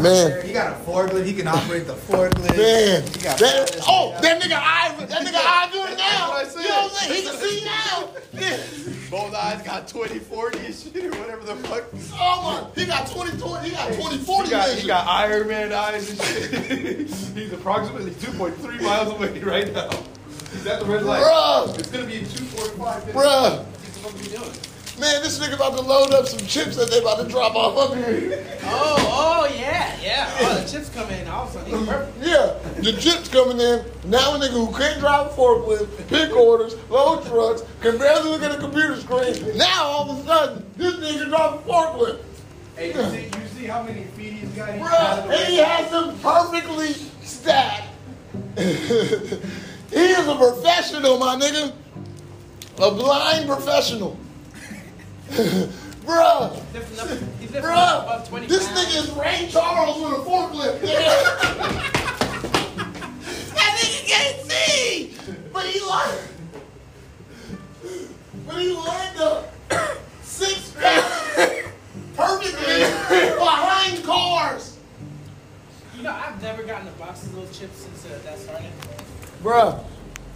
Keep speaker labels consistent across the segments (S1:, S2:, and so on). S1: Man.
S2: He got a forklift. He can operate the forklift.
S1: Man,
S2: He got
S1: that,
S2: powers.
S1: oh, that nigga eye, that nigga eye doing it now.
S3: That's what I
S1: You know what I'm saying? He can see now. Yeah.
S3: Both eyes got 20, 40 and shit or whatever the fuck. He
S1: Oh my, he got 20, 20 he got 20, 40
S3: got, he
S1: vision.
S3: got Iron Man eyes and shit. He's approximately 2.3 miles away right now. He's at the red light.
S1: Bruh.
S3: It's gonna be in 2.5 minutes.
S1: Bruh,
S3: What the fuck are you doing?
S1: man, this nigga about to load up some chips that they about to drop off up here.
S4: Oh, oh yeah, yeah. Oh, the chips come in. All of a sudden, he's perfect.
S1: Yeah, the chips coming in. Now a nigga who can't drive a forklift, pick orders, load trucks, can barely look at a computer screen. Now all of a sudden, this nigga drive a forklift.
S3: Hey, you see, you see how many feet he's got? He's out of
S1: Bruh,
S3: the
S1: he
S3: way.
S1: has them perfectly stacked. he is a professional, my nigga. A blind professional. Bruh,
S4: Lifting up, he's lifting up above
S1: bruh,
S4: 20
S1: this
S4: pounds.
S1: nigga is Ray Charles with a forklift. that nigga can't see, but he like, but he lined up six feet perfectly behind cars.
S4: You know, I've never gotten a box of those chips since uh, that started.
S1: Bruh,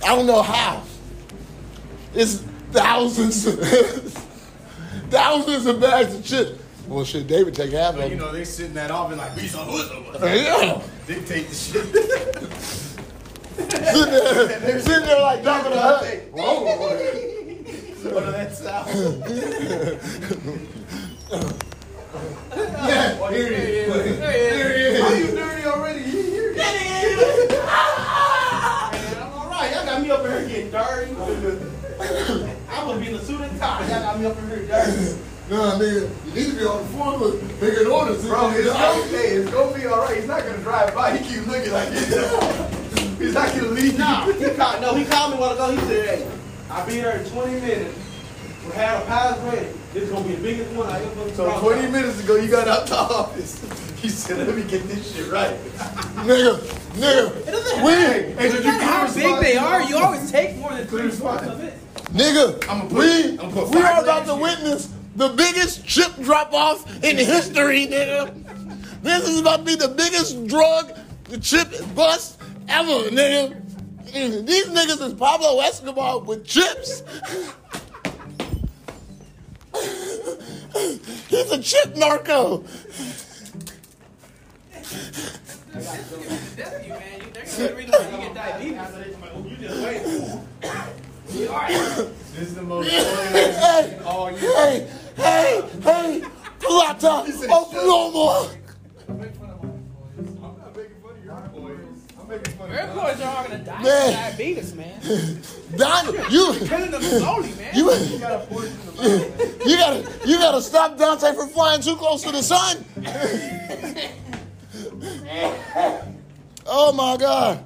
S1: I don't know how. It's thousands, thousands of bags of chips. Well, shit, David take half of
S2: But, you
S1: them.
S2: know, they sitting that off and like, we saw who's the
S1: Yeah.
S2: Dictate the shit.
S1: Sitting there, sitting there like Jabba the Hutt.
S2: What of that sound?
S1: Yeah, here it is. Here it
S2: Are
S1: is.
S2: you dirty already? You hear it? Man, I'm all right. Y'all got me up in here getting dirty. I'm gonna be in a suit and tie. Y'all got me up in here dirty.
S1: Nah, nigga, you need to be on the floor with bigger orders.
S2: Bro, it's okay. It's gonna be all right. He's not gonna drive by. He keep looking like this. He's not gonna leave. Nah.
S5: He called, no, he called me a while ago. He said, hey, I'll be there in 20 minutes. We had a pies ready. This is going to be the biggest one I ever
S2: So 20 minutes ago, you got out the office. He said, let me get this shit right.
S1: Nigga, nigga, we,
S2: Hey, did
S4: No matter how
S2: respond?
S4: big they are, you always take more than three
S2: Clear spot.
S4: fourths of it.
S2: I'ma
S1: nigga,
S2: put-
S1: we,
S2: I'ma put
S1: we
S2: five
S1: are about
S2: grand
S1: to
S2: here.
S1: witness the biggest chip drop off in history, nigga. This is about to be the biggest drug chip bust ever, nigga. Mm, These niggas is Pablo Escobar with chips. He's a chip narco.
S4: Death you, man. You, they're gonna read like you get diabetes.
S5: You just wait.
S2: This is the most
S1: Hey,
S2: all year.
S1: hey, hey, hey, Plata, Oklahoma.
S2: I'm not making fun of your employees. I'm making fun
S4: Your
S2: of
S4: employees are all gonna die
S1: Man.
S4: of diabetes, man.
S1: Don, you,
S4: Killing them slowly, man.
S1: you,
S2: You got a portion of the
S1: you gotta, you gotta stop Dante from flying too close to the sun. oh my God,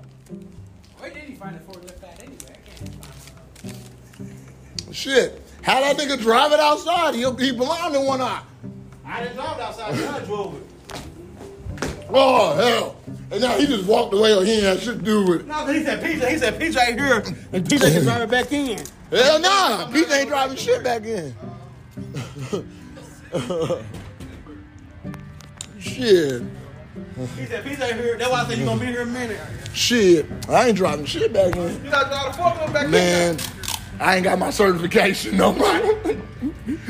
S4: Where did he find a forklift at anyway? I can't find one.
S1: shit! How that nigga drive it outside? He'll be blind in one eye.
S5: I didn't drive it outside. John drove it.
S1: Oh hell! And now he just walked away, or he ain't had shit to do with it.
S5: No, but he said PJ. He said PJ right here, and PJ can drive it back in.
S1: Hell nah, Pete ain't driving shit back in. shit,
S5: He said PJ here. That's why I said you gonna be here in a minute.
S1: shit. I ain't driving shit back in.
S5: You gotta drive the forklift back
S1: Man, I ain't got my certification no more.
S5: in.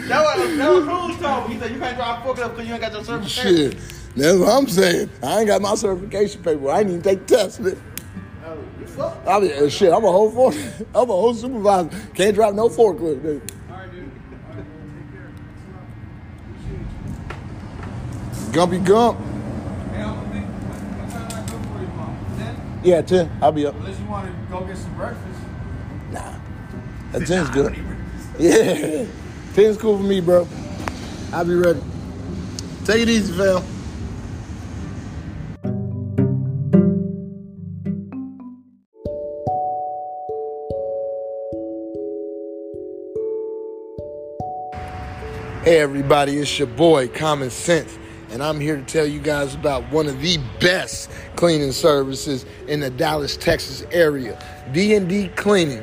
S5: That was that was Cruz told me. He said you can't drive the forklift because you ain't got your service.
S1: Shit, that's what I'm saying. I ain't got my certification paper. I ain't even take tests. Man. I mean, uh, shit, I'm a whole fork. I'm a whole supervisor. Can't drive no forklift. Dude. Gumpy Gump. Yeah, ten. I'll be up.
S2: Unless you want to go get some breakfast.
S1: Nah, that ten's good. Yeah, ten's cool for me, bro. I'll be ready. Take it easy, fam. Hey everybody, it's your boy Common Sense, and I'm here to tell you guys about one of the best cleaning services in the Dallas, Texas area, D&D Cleaning.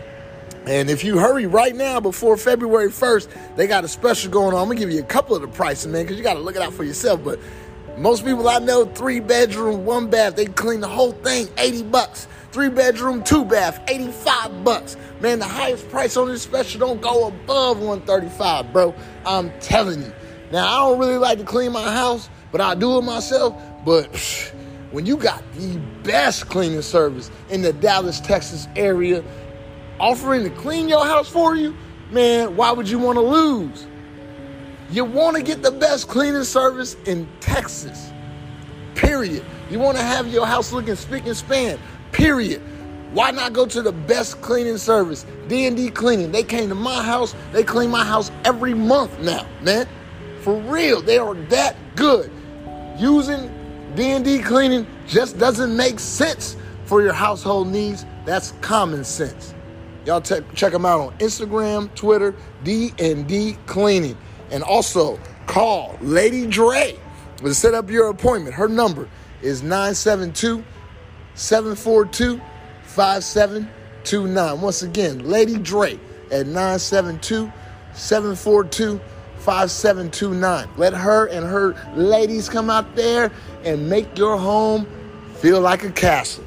S1: And if you hurry right now before February 1st, they got a special going on. I'm gonna give you a couple of the prices, man, because you gotta look it out for yourself. But Most people I know, three bedroom, one bath, they clean the whole thing, 80 bucks. Three bedroom, two bath, 85 bucks. Man, the highest price on this special don't go above 135, bro. I'm telling you. Now, I don't really like to clean my house, but I do it myself. But psh, when you got the best cleaning service in the Dallas, Texas area, offering to clean your house for you, man, why would you want to lose? You want to get the best cleaning service in Texas. Period. You want to have your house looking spick and span. Period. Why not go to the best cleaning service, D&D Cleaning? They came to my house. They clean my house every month now, man. For real, they are that good. Using D&D Cleaning just doesn't make sense for your household needs. That's common sense. Y'all te- check them out on Instagram, Twitter, D&D Cleaning. And also call Lady Dre to set up your appointment. Her number is 972 742 5729. Once again, Lady Dre at 972 742 5729. Let her and her ladies come out there and make your home feel like a castle.